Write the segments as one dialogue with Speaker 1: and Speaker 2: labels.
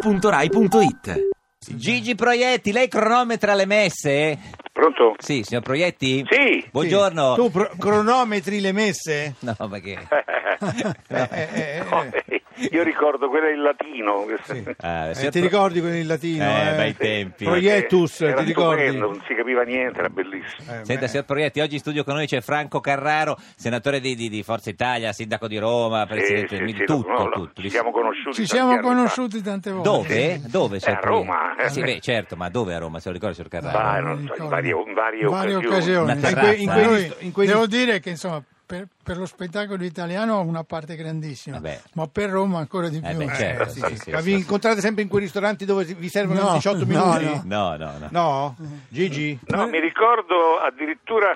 Speaker 1: radio2pod.rai.it
Speaker 2: Gigi Proietti, lei cronometra le messe?
Speaker 3: Pronto?
Speaker 2: Sì, signor Proietti?
Speaker 3: Sì.
Speaker 2: Buongiorno.
Speaker 4: Tu pro- cronometri le messe?
Speaker 2: No, perché...
Speaker 4: Eh, eh,
Speaker 3: No,
Speaker 4: eh,
Speaker 3: eh, Io ricordo quella in latino.
Speaker 4: sì.
Speaker 2: Ah,
Speaker 4: Eh,
Speaker 2: signor
Speaker 4: ti
Speaker 2: Pro-
Speaker 4: ricordi quello in latino?
Speaker 2: Eh,
Speaker 4: eh?
Speaker 2: bei tempi.
Speaker 4: Proiectus,
Speaker 3: Era
Speaker 4: ti ricordi?
Speaker 3: stupendo, Non si capiva niente, era bellissimo.
Speaker 4: Eh,
Speaker 2: Senta,
Speaker 4: beh.
Speaker 2: signor Proietti, oggi in studio con noi c'è Franco Carraro, senatore di, di- di Forza Italia, sindaco di Roma, presidente
Speaker 3: Eh, sì,
Speaker 2: di
Speaker 3: sì,
Speaker 2: tutto,
Speaker 3: no, no,
Speaker 2: tutto.
Speaker 3: Ci siamo conosciuti. tanti
Speaker 4: Ci siamo
Speaker 3: anni fa.
Speaker 4: conosciuti tante volte.
Speaker 2: Dove? Dove, signor
Speaker 3: Eh, a
Speaker 2: Proietti?
Speaker 3: Roma.
Speaker 2: Sì, beh, certo, ma dove a Roma, se lo ricorda, signor Carraro?
Speaker 3: Vai,
Speaker 4: Eh,
Speaker 3: non
Speaker 4: mi
Speaker 3: so, in
Speaker 4: ricordo.
Speaker 3: varie, in varie
Speaker 4: In varie
Speaker 3: occasioni.
Speaker 4: occasioni.
Speaker 2: Una
Speaker 4: eh, In que- in
Speaker 2: terrazza. eh?
Speaker 4: quegli-
Speaker 5: Noi-
Speaker 4: in quegli-
Speaker 5: Devo dire che insomma, per, per lo spettacolo italiano ha una parte grandissima,
Speaker 2: Vabbè.
Speaker 5: ma per Roma ancora di
Speaker 2: Eh,
Speaker 5: più.
Speaker 2: beh, certo, sì, sì, sì,
Speaker 4: Ma vi incontrate sempre in quei ristoranti dove vi servono
Speaker 5: No,
Speaker 4: 18
Speaker 5: no,
Speaker 4: minuti?
Speaker 5: no.
Speaker 2: No, no, no.
Speaker 4: No? Gigi?
Speaker 3: No, mi ricordo addirittura.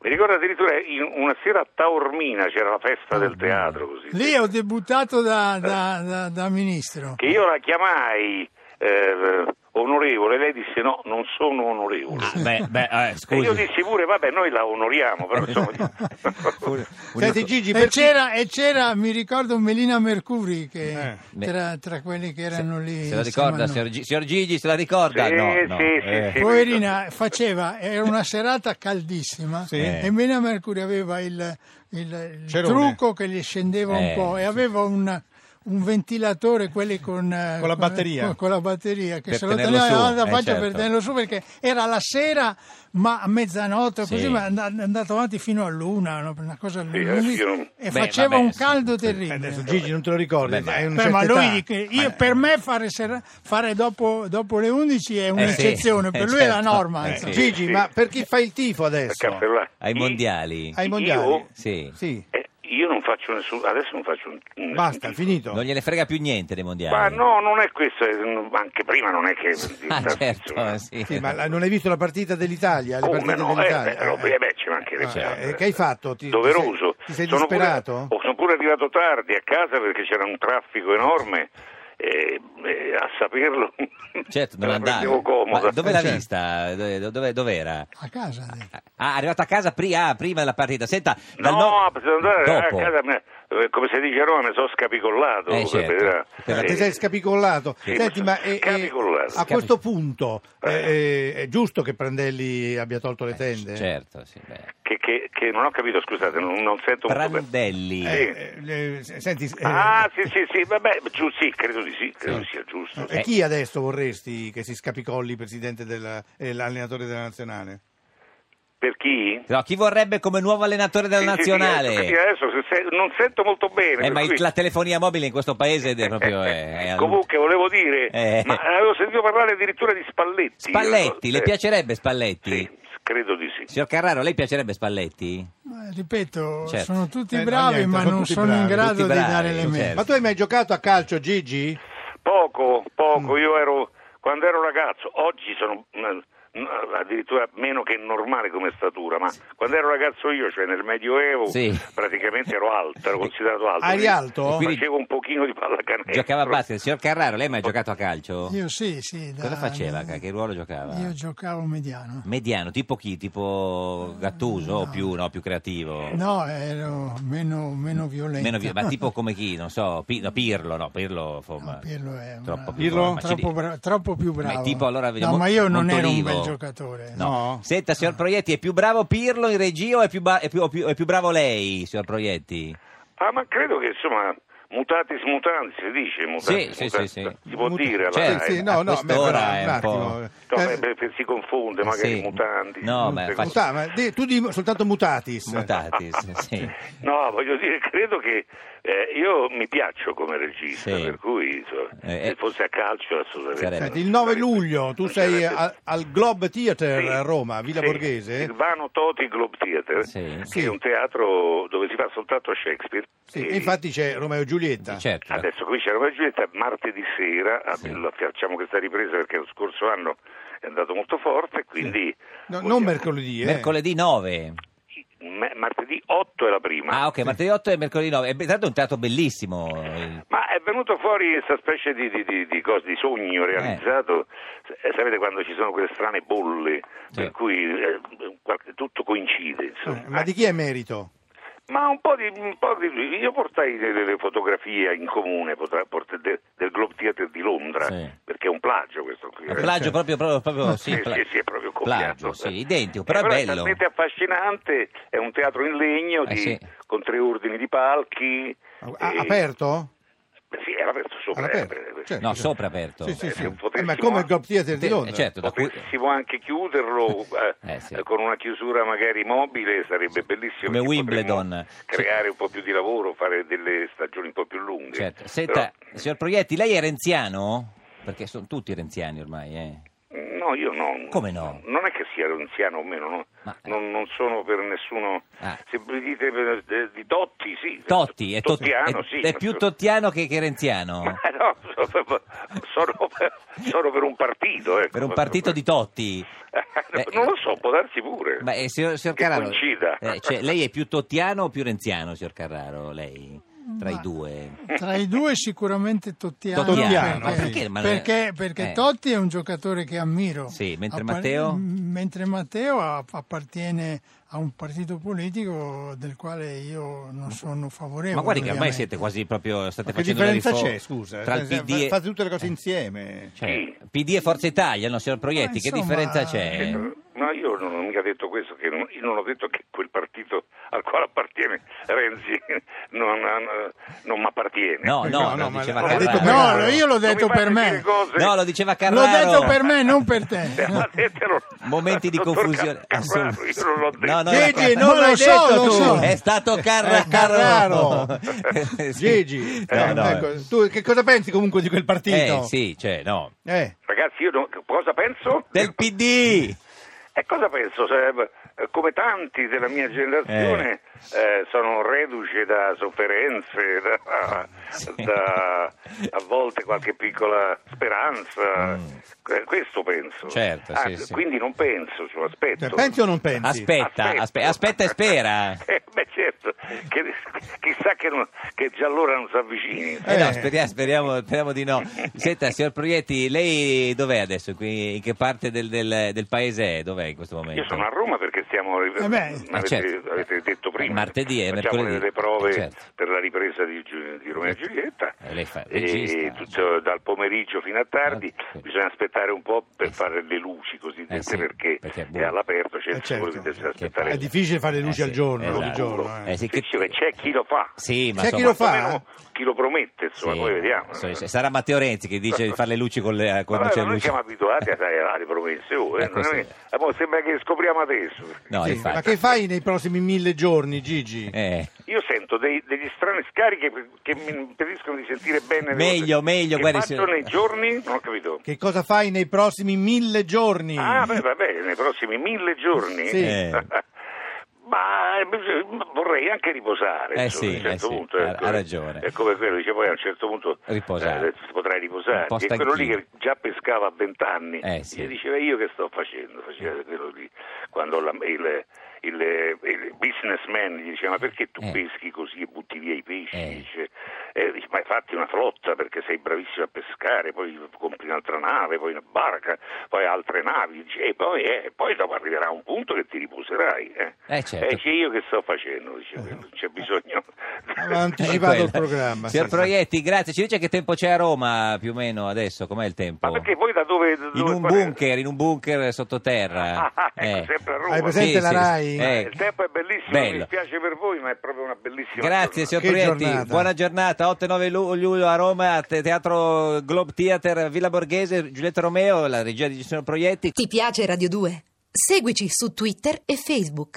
Speaker 3: Mi ricordo addirittura in una sera a Taormina c'era la festa
Speaker 4: Ah,
Speaker 3: del teatro così.
Speaker 5: Lì ho debuttato da, da- da- da ministro.
Speaker 3: Che io la chiamai eh, onorevole, lei disse no, non sono onorevole.
Speaker 2: Ah, beh, beh, eh,
Speaker 3: e io
Speaker 2: scusi.
Speaker 3: dissi pure, vabbè, noi la onoriamo, però insomma...
Speaker 4: Senti Gigi,
Speaker 5: Ecco. E
Speaker 4: per
Speaker 5: Eh, c'era, e c'era, mi ricordo, Melina Mercuri che
Speaker 4: Eh.
Speaker 5: tra, tra quelli che erano lì.
Speaker 2: Se la
Speaker 5: insieme a
Speaker 2: ricorda,
Speaker 5: noi.
Speaker 2: signor, Gi- signor Gigi, se la ricorda?
Speaker 3: Sì,
Speaker 2: no, no.
Speaker 3: sì,
Speaker 2: eh.
Speaker 3: sì, sì.
Speaker 5: Poverina faceva, era una serata caldissima
Speaker 4: Sì.
Speaker 2: Eh.
Speaker 5: e Melina Mercuri aveva il, il- il
Speaker 4: Cerone.
Speaker 5: trucco che gli scendeva
Speaker 2: Eh,
Speaker 5: un po' e aveva un, un ventilatore, quelli con, eh,
Speaker 4: Con la batteria.
Speaker 5: con, con la batteria che
Speaker 2: Per
Speaker 5: se lo
Speaker 2: tenerlo
Speaker 5: teneva
Speaker 2: su,
Speaker 5: alla
Speaker 2: eh,
Speaker 5: faccia per
Speaker 2: certo.
Speaker 5: tenerlo su perché era la sera ma a mezzanotte
Speaker 2: Sì.
Speaker 5: così ma è and- è andato avanti fino all'una, no? una cosa
Speaker 3: adesso io non-
Speaker 5: e
Speaker 2: Beh,
Speaker 5: faceva
Speaker 2: vabbè,
Speaker 5: un
Speaker 2: sì.
Speaker 5: caldo
Speaker 4: Eh,
Speaker 5: terribile.
Speaker 4: adesso Gigi non te lo ricordi,
Speaker 2: Beh, ma-
Speaker 4: hai una
Speaker 5: Beh, ma
Speaker 4: certa
Speaker 5: lui
Speaker 4: età.
Speaker 5: dice- io, per me fare, sera- fare dopo, dopo le 11 è un'eccezione,
Speaker 2: sì, eh,
Speaker 5: per lui è la
Speaker 2: certo.
Speaker 5: norma.
Speaker 2: Eh,
Speaker 5: insomma.
Speaker 2: sì.
Speaker 4: Gigi,
Speaker 3: Sì.
Speaker 4: ma per chi fa il tifo adesso?
Speaker 3: Cafferlà.
Speaker 2: Ai
Speaker 3: I-
Speaker 2: mondiali?
Speaker 4: Ai mondiali?
Speaker 3: Io?
Speaker 2: Sì.
Speaker 4: Sì.
Speaker 3: eh, io non faccio nessun... Adesso non faccio nessun...
Speaker 4: Basta, finito.
Speaker 2: Non gliene frega più niente dei mondiali?
Speaker 3: Ma no, non è questo, eh, no, anche prima non è che...
Speaker 2: Ah,
Speaker 3: insomma,
Speaker 2: certo, sì.
Speaker 4: Sì, ma la- non hai visto la partita dell'Italia? Le
Speaker 3: Come
Speaker 4: partite
Speaker 3: no? Eh,
Speaker 4: dell'Italia?
Speaker 3: beh, no, beh, beh, ci mancherebbe.
Speaker 4: Ah, eh,
Speaker 3: altro.
Speaker 4: che hai fatto? Ti- ti
Speaker 3: Doveroso.
Speaker 4: sei- ti sei
Speaker 3: sono
Speaker 4: disperato?
Speaker 3: Pure, oh, sono pure arrivato tardi a casa perché c'era un traffico enorme. eh, eh, a saperlo
Speaker 2: Certo,
Speaker 3: me
Speaker 2: non
Speaker 3: la
Speaker 2: andava.
Speaker 3: prendevo comoda.
Speaker 2: Ma dove l'ha
Speaker 4: Certo.
Speaker 2: vista? Dove, dove- dov'era?
Speaker 5: A casa. ha detto.
Speaker 2: Ah, è arrivato a casa pri- ah, prima della partita. Senta, dal
Speaker 3: No,
Speaker 2: no-
Speaker 3: per andare
Speaker 2: dopo.
Speaker 3: a casa, me- eh, come si dice a Roma, mi sono scapicollato.
Speaker 2: Eh, certo.
Speaker 3: era-
Speaker 2: Perché
Speaker 4: Ma
Speaker 3: eh,
Speaker 4: Ti sei scapicollato.
Speaker 3: Sì,
Speaker 4: Senti, ma eh, eh,
Speaker 3: scapicollato.
Speaker 4: a questo punto eh, eh, è giusto che Prandelli abbia tolto le tende?
Speaker 2: Certo, sì. beh.
Speaker 3: che, che- che non ho capito, scusate, non, non sento un po' per-
Speaker 2: Prandelli.
Speaker 3: Eh,
Speaker 4: Eh, eh, senti, eh,
Speaker 3: Ah, sì, sì, sì, vabbè, giù, sì, credo di sì, credo sia giusto.
Speaker 4: e eh, chi adesso vorresti che si scapicolli presidente della- eh, l'allenatore della nazionale?
Speaker 3: Per chi?
Speaker 2: No, chi vorrebbe come nuovo allenatore della
Speaker 3: Sì, sì, sì,
Speaker 2: nazionale?
Speaker 3: ecco, quindi adesso se se- non sento molto bene.
Speaker 2: Eh, ma
Speaker 3: per
Speaker 2: il-
Speaker 3: cui- Eh,
Speaker 2: la telefonia mobile in questo paese è proprio... eh, è- è-
Speaker 3: Comunque volevo dire,
Speaker 2: Eh.
Speaker 3: ma avevo sentito parlare addirittura di Spalletti.
Speaker 2: Spalletti, le
Speaker 3: Eh,
Speaker 2: piacerebbe Spalletti?
Speaker 3: Sì, credo di sì.
Speaker 2: Signor Carraro, lei piacerebbe Spalletti?
Speaker 5: Ma, ripeto,
Speaker 2: Certo.
Speaker 5: sono tutti
Speaker 4: Eh, no,
Speaker 5: bravi,
Speaker 4: niente,
Speaker 5: ma
Speaker 4: sono
Speaker 5: non
Speaker 4: tutti
Speaker 5: sono in
Speaker 4: bravi,
Speaker 5: grado
Speaker 2: tutti
Speaker 5: di
Speaker 2: bravi,
Speaker 5: dare le
Speaker 2: certo.
Speaker 5: menti.
Speaker 4: Ma tu hai mai giocato a calcio, Gigi?
Speaker 3: Poco, poco,
Speaker 2: Mm.
Speaker 3: io ero, quando ero ragazzo, oggi sono eh, n- addirittura meno che normale come statura, ma quando ero ragazzo io, cioè nel Medioevo,
Speaker 2: Sì.
Speaker 3: praticamente ero alto, ero considerato alto.
Speaker 4: Eri
Speaker 3: quindi
Speaker 4: alto?
Speaker 2: Quindi-
Speaker 3: Facevo un pochino di pallacanestro.
Speaker 2: Giocava a basket. Signor Carraro, lei mai ha giocato a calcio?
Speaker 5: Io sì, sì. da-
Speaker 2: Cosa faceva? Che ruolo giocava?
Speaker 5: Io giocavo mediano.
Speaker 2: Mediano, tipo chi? Tipo Gattuso o più, no, più creativo?
Speaker 5: No, ero meno, meno violento.
Speaker 2: Mm. Meno vi- ma tipo come chi? Non so, Pi- no, Pirlo, no, Pirlo, insomma,
Speaker 5: No, Pirlo è una-
Speaker 2: troppo più
Speaker 4: Pirlo?
Speaker 2: bravo, ma ci
Speaker 5: Troppo,
Speaker 2: di-
Speaker 5: bra- troppo più
Speaker 2: Ma è
Speaker 5: bravo.
Speaker 2: tipo allora
Speaker 5: no, ma io non ero un bel
Speaker 2: Montolivo.
Speaker 5: giocatore.
Speaker 2: No.
Speaker 4: No.
Speaker 2: Senta, signor Proietti, è più bravo Pirlo in regia o è più, ba- è più- o più- è più bravo lei, signor Proietti?
Speaker 3: Ah, ma credo che insomma, mutatis mutandis si dice, mutatis
Speaker 2: Sì, sì,
Speaker 3: mutandis,
Speaker 2: sì, sì.
Speaker 3: si può
Speaker 4: Muta-
Speaker 3: dire alla
Speaker 2: Certo,
Speaker 3: RAI.
Speaker 4: Sì, sì, no,
Speaker 2: a
Speaker 4: no, beh,
Speaker 2: quest'ora
Speaker 4: però,
Speaker 2: è
Speaker 4: un
Speaker 2: un
Speaker 4: attimo.
Speaker 3: No,
Speaker 4: Eh,
Speaker 3: beh, beh, si confonde magari
Speaker 2: Sì.
Speaker 3: mutanti.
Speaker 2: No, ma
Speaker 3: Tutte
Speaker 2: faccio-
Speaker 3: cose-
Speaker 4: muta- ma eh, di- tu di soltanto mutatis.
Speaker 2: Mutatis, sì.
Speaker 3: No, voglio dire, credo che eh, io mi piaccio come regista,
Speaker 2: Sì.
Speaker 3: per cui insomma,
Speaker 2: Eh, eh.
Speaker 3: se fosse a calcio assolutamente.
Speaker 2: Sarebbe.
Speaker 4: Senti, il 9 luglio tu
Speaker 3: Non
Speaker 4: sei
Speaker 3: sarebbe-
Speaker 4: a- al Globe Theater
Speaker 3: Sì,
Speaker 4: a Roma, Villa
Speaker 3: sì,
Speaker 4: Borghese.
Speaker 3: Il Vano Toti Globe Theater,
Speaker 2: Sì.
Speaker 3: che
Speaker 4: Sì.
Speaker 3: è un teatro dove si fa soltanto Shakespeare.
Speaker 4: Sì,
Speaker 3: E
Speaker 4: e infatti c'è Romeo e Giulietta.
Speaker 2: Certo.
Speaker 3: Adesso qui c'è Roma e Giulietta, martedì sera a- lo facciamo questa ripresa perché lo scorso anno è andato molto forte, quindi...
Speaker 4: No, non
Speaker 3: vogliamo-
Speaker 4: mercoledì, eh.
Speaker 2: Mercoledì 9.
Speaker 3: Me- martedì 8 è la prima.
Speaker 2: Ah, ok, martedì 8 e mercoledì 9. E beh, tanto è un teatro bellissimo. il-
Speaker 3: Ma è venuto fuori questa specie di, di, di, di cos- di sogno realizzato, Eh, sapete quando ci sono quelle strane bolle,
Speaker 2: Sì.
Speaker 3: per cui eh, qualche- tutto coincide.
Speaker 4: Eh,
Speaker 3: Insomma. Eh,
Speaker 4: Ma di chi è merito?
Speaker 3: Ma un po' di, un po' di lui. Io portai delle, delle fotografie in comune potra- port- de- del Globe Theatre di Londra,
Speaker 2: Sì.
Speaker 3: perché è un plagio questo qui.
Speaker 2: È plagio proprio, proprio, proprio sì,
Speaker 3: Eh, certo. Sì,
Speaker 2: pla-
Speaker 3: sì, sì, è proprio
Speaker 2: plagio,
Speaker 3: copiato.
Speaker 2: sì, identico,
Speaker 3: Eh,
Speaker 2: però è
Speaker 3: È
Speaker 2: bello.
Speaker 3: talmente affascinante, è un teatro in legno
Speaker 2: Eh,
Speaker 3: di-
Speaker 2: sì.
Speaker 3: con tre ordini di palchi.
Speaker 4: A-
Speaker 3: e-
Speaker 4: aperto?
Speaker 3: Sì, era aperto sopra.
Speaker 4: All'aperto?
Speaker 3: eh,
Speaker 4: Certo.
Speaker 2: No, sopra aperto.
Speaker 4: Sì, sì,
Speaker 3: Eh,
Speaker 4: sì.
Speaker 3: che potessimo-
Speaker 4: Eh, ma come il Globe Theatre di
Speaker 2: Eh,
Speaker 4: Londra?
Speaker 2: certo, da cui-
Speaker 3: Potessimo anche chiuderlo eh,
Speaker 2: Eh, sì.
Speaker 3: eh, con una chiusura magari mobile, sarebbe bellissimo.
Speaker 2: Come
Speaker 3: perché
Speaker 2: Wimbledon.
Speaker 3: potremmo
Speaker 2: Sì.
Speaker 3: Creare un po' più di lavoro, fare delle stagioni un po' più lunghe.
Speaker 2: Certo. Senta,
Speaker 3: Però-
Speaker 2: signor Proietti, lei è renziano? Perché sono tutti renziani ormai, eh.
Speaker 3: No, io no.
Speaker 2: Come no?
Speaker 3: Non è che sia anziano o meno, no.
Speaker 2: Ma- eh.
Speaker 3: non, non sono per nessuno.
Speaker 2: Ah.
Speaker 3: Se mi dite per- eh, di Totti, sì.
Speaker 2: Totti, è, tot-
Speaker 3: Tottiano,
Speaker 2: è-
Speaker 3: sì.
Speaker 2: è più tottiano che, che renziano.
Speaker 3: Ma no, sono, sono per, sono per un partito. Ecco.
Speaker 2: Per un partito di Totti. Eh,
Speaker 3: non lo so, può darsi pure.
Speaker 2: Ma eh, signor, signor
Speaker 3: Che
Speaker 2: Carraro,
Speaker 3: coincida.
Speaker 2: eh, cioè, lei è più tottiano o più renziano, signor Carraro? Lei tra i
Speaker 5: Ma-
Speaker 2: due?
Speaker 5: Tra i due sicuramente Tottiano.
Speaker 2: Tottiano,
Speaker 4: ma
Speaker 2: perché? Ma-
Speaker 5: perché- perché
Speaker 2: eh.
Speaker 5: Totti è un giocatore che ammiro.
Speaker 2: Sì, mentre
Speaker 5: Appa-
Speaker 2: Matteo?
Speaker 5: m- Mentre Matteo a- appartiene a un partito politico del quale io non sono
Speaker 4: Eh,
Speaker 5: favorevole.
Speaker 2: Ma guardi che ormai
Speaker 5: ovviamente.
Speaker 2: siete quasi proprio state
Speaker 4: Ma che
Speaker 2: facendo la
Speaker 4: differenza
Speaker 2: riforma
Speaker 4: c'è, scusa?
Speaker 2: tra il
Speaker 4: Cioè,
Speaker 2: PD e
Speaker 4: Fate tutte le cose insieme.
Speaker 2: cioè, PD e Forza Italia, no, signor Proietti,
Speaker 5: Ma
Speaker 2: che
Speaker 5: insomma-
Speaker 2: differenza c'è?
Speaker 5: Eh.
Speaker 3: Ma io non ho mica detto questo, che non, io non ho detto che quel partito al quale appartiene Renzi non, non mi appartiene.
Speaker 2: No,
Speaker 4: Eh,
Speaker 2: no,
Speaker 4: no,
Speaker 2: lo
Speaker 4: no, ma
Speaker 2: diceva
Speaker 4: l'ha
Speaker 2: Carraro.
Speaker 4: detto
Speaker 5: No,
Speaker 4: Carraro.
Speaker 5: io l'ho
Speaker 3: Non mi
Speaker 5: detto
Speaker 3: fate
Speaker 5: per me.
Speaker 3: dire cose.
Speaker 2: No, lo diceva
Speaker 5: L'ho
Speaker 2: Carraro.
Speaker 5: detto per me, non per
Speaker 3: Eh,
Speaker 5: te.
Speaker 3: ma ditelo
Speaker 2: Momenti di
Speaker 3: al dottor
Speaker 2: confusione.
Speaker 3: Car- Carraro,
Speaker 2: assolut-
Speaker 3: io non l'ho detto.
Speaker 2: No, no, era
Speaker 4: Gigi,
Speaker 2: Carraro.
Speaker 5: Ma
Speaker 4: non
Speaker 5: lo
Speaker 4: l'hai
Speaker 5: so,
Speaker 4: detto
Speaker 5: lo
Speaker 4: tu!
Speaker 5: so.
Speaker 2: È stato Carraro.
Speaker 4: Carraro.
Speaker 2: Eh, Sì.
Speaker 4: Gigi,
Speaker 2: No,
Speaker 4: eh,
Speaker 2: no.
Speaker 4: ecco, tu che cosa pensi comunque di quel partito?
Speaker 2: Eh, sì, cioè, no.
Speaker 4: Eh,
Speaker 3: Ragazzi, io non- cosa penso?
Speaker 2: Del PD.
Speaker 3: E cosa penso? Se, eh, come tanti della mia generazione eh, sono reduce da sofferenze, da, da- a volte qualche piccola speranza. Que- Questo penso.
Speaker 2: Mm.
Speaker 3: Ah,
Speaker 2: Certo, sì, sì.
Speaker 3: Quindi non penso, cioè, aspetto.
Speaker 4: cioè, pensi o non pensi?
Speaker 2: Aspetta, aspe-
Speaker 3: Aspetto.
Speaker 2: aspetta e spera.
Speaker 3: Eh, beh, certo, che- chissà che, non- che già allora non si avvicini.
Speaker 2: Eh no,
Speaker 4: Eh.
Speaker 2: speria- speriamo, speriamo di no. Senta, signor Proietti, lei dov'è adesso? Qui, in che parte del, del- del paese è? Dov'è in questo momento?
Speaker 3: Io sono a Roma perché stiamo.
Speaker 5: beh,
Speaker 3: avete,
Speaker 2: eh, certo.
Speaker 3: avete detto prima.
Speaker 2: È martedì, è
Speaker 3: facciamo
Speaker 2: mercoledì.
Speaker 3: delle prove
Speaker 2: Eh, certo.
Speaker 3: per la ripresa di, Giu- di Romeo e Giulietta.
Speaker 2: Eh, lei fa il
Speaker 3: E
Speaker 2: regista.
Speaker 3: tutto dal pomeriggio fino a tardi.
Speaker 2: Ah, sì.
Speaker 3: Bisogna aspettare un po' per
Speaker 2: Eh, sì.
Speaker 3: fare le luci cosiddette
Speaker 2: Eh, sì,
Speaker 3: perché,
Speaker 2: perché è
Speaker 3: è
Speaker 2: buio.
Speaker 3: all'aperto, c'è
Speaker 4: Eh,
Speaker 3: il
Speaker 4: certo.
Speaker 3: sole, bisogna
Speaker 2: Che
Speaker 3: aspettare.
Speaker 4: È difficile fare le luci
Speaker 2: Eh,
Speaker 4: al
Speaker 2: sì,
Speaker 4: giorno,
Speaker 2: esatto.
Speaker 4: ogni giorno. eh.
Speaker 2: Eh, sì, che-
Speaker 3: Difficile, c'è chi lo fa.
Speaker 2: Sì, ma
Speaker 4: C'è chi
Speaker 2: insomma-
Speaker 4: lo fa?
Speaker 3: Almeno chi lo promette, insomma,
Speaker 2: Sì,
Speaker 3: poi vediamo.
Speaker 2: so- se- sarà Matteo Renzi che dice di fare le luci con le con
Speaker 3: Ma
Speaker 2: luce
Speaker 3: allora,
Speaker 2: a
Speaker 3: noi
Speaker 2: luce.
Speaker 3: siamo abituati a- alle promesse, oh, eh,
Speaker 2: Eh,
Speaker 3: non
Speaker 2: questo
Speaker 3: è-
Speaker 2: è-
Speaker 3: ah, boh, sembra che scopriamo adesso.
Speaker 2: No,
Speaker 4: Sì,
Speaker 2: infatti.
Speaker 4: ma che fai nei prossimi mille giorni, Gigi?
Speaker 2: Eh,
Speaker 3: Io sento dei- degli strani scarichi che, che mi impediscono di sentire bene. le
Speaker 2: Meglio,
Speaker 3: cose.
Speaker 2: meglio,
Speaker 3: Che
Speaker 2: guardi,
Speaker 3: faccio
Speaker 2: signor-
Speaker 3: nei giorni? Non ho capito.
Speaker 4: Che cosa fai nei prossimi mille giorni?
Speaker 3: Ah, beh, vabbè, nei prossimi mille giorni.
Speaker 4: Sì.
Speaker 2: Eh.
Speaker 3: Ma eh, vorrei anche riposare.
Speaker 2: Eh
Speaker 3: insomma,
Speaker 2: sì,
Speaker 3: a un certo
Speaker 2: eh sì,
Speaker 3: punto,
Speaker 2: ha-
Speaker 3: ecco.
Speaker 2: ha ragione.
Speaker 3: È come quello, dice poi a un certo punto
Speaker 2: Riposare.
Speaker 3: eh, potrai riposare.
Speaker 2: Un po'
Speaker 3: E quello lì
Speaker 2: stanchino.
Speaker 3: che già pescava a vent'anni,
Speaker 2: Eh sì.
Speaker 3: gli diceva io che sto facendo, faceva quello lì. Quando la- il, il- il businessman gli diceva ma perché tu
Speaker 2: Eh.
Speaker 3: peschi così e butti via i pesci?
Speaker 2: Eh.
Speaker 3: Dice, eh, dice, ma fatti una flotta perché sei bravissimo a pescare, poi compri un'altra nave, poi una barca, poi altre navi, dice, e poi, eh, poi dopo arriverà un punto che ti riposerai. Eh,
Speaker 2: Eh, certo. Eh.
Speaker 3: E dice, io che sto facendo? Dice, quello, c'è bisogno...
Speaker 4: Aveva
Speaker 2: è
Speaker 4: anticipato
Speaker 2: quello.
Speaker 4: il programma.
Speaker 2: Signor
Speaker 4: sì, sì.
Speaker 2: Proietti, grazie. Ci dice che tempo c'è a Roma più o meno adesso? Com'è il tempo?
Speaker 3: ma perché voi da dove... da
Speaker 2: In
Speaker 3: dove
Speaker 2: un
Speaker 3: fate-
Speaker 2: bunker, Eh. in un bunker sottoterra.
Speaker 3: Ah, ecco, sempre a Roma.
Speaker 4: Hai presente la Rai?
Speaker 2: eh.
Speaker 3: Il tempo è bellissimo, mi
Speaker 2: Bello.
Speaker 3: dispiace per voi, ma è proprio una bellissima
Speaker 2: Grazie
Speaker 3: giornata.
Speaker 2: signor
Speaker 4: Che
Speaker 2: Prietti,
Speaker 4: giornata.
Speaker 2: buona giornata, 8-9 lu- luglio a Roma, te- Teatro Globe Theater, Villa Borghese, Giulietta Romeo, la regia di Giuseppe Proietti.
Speaker 1: Ti piace Radio 2? Seguici su Twitter e Facebook.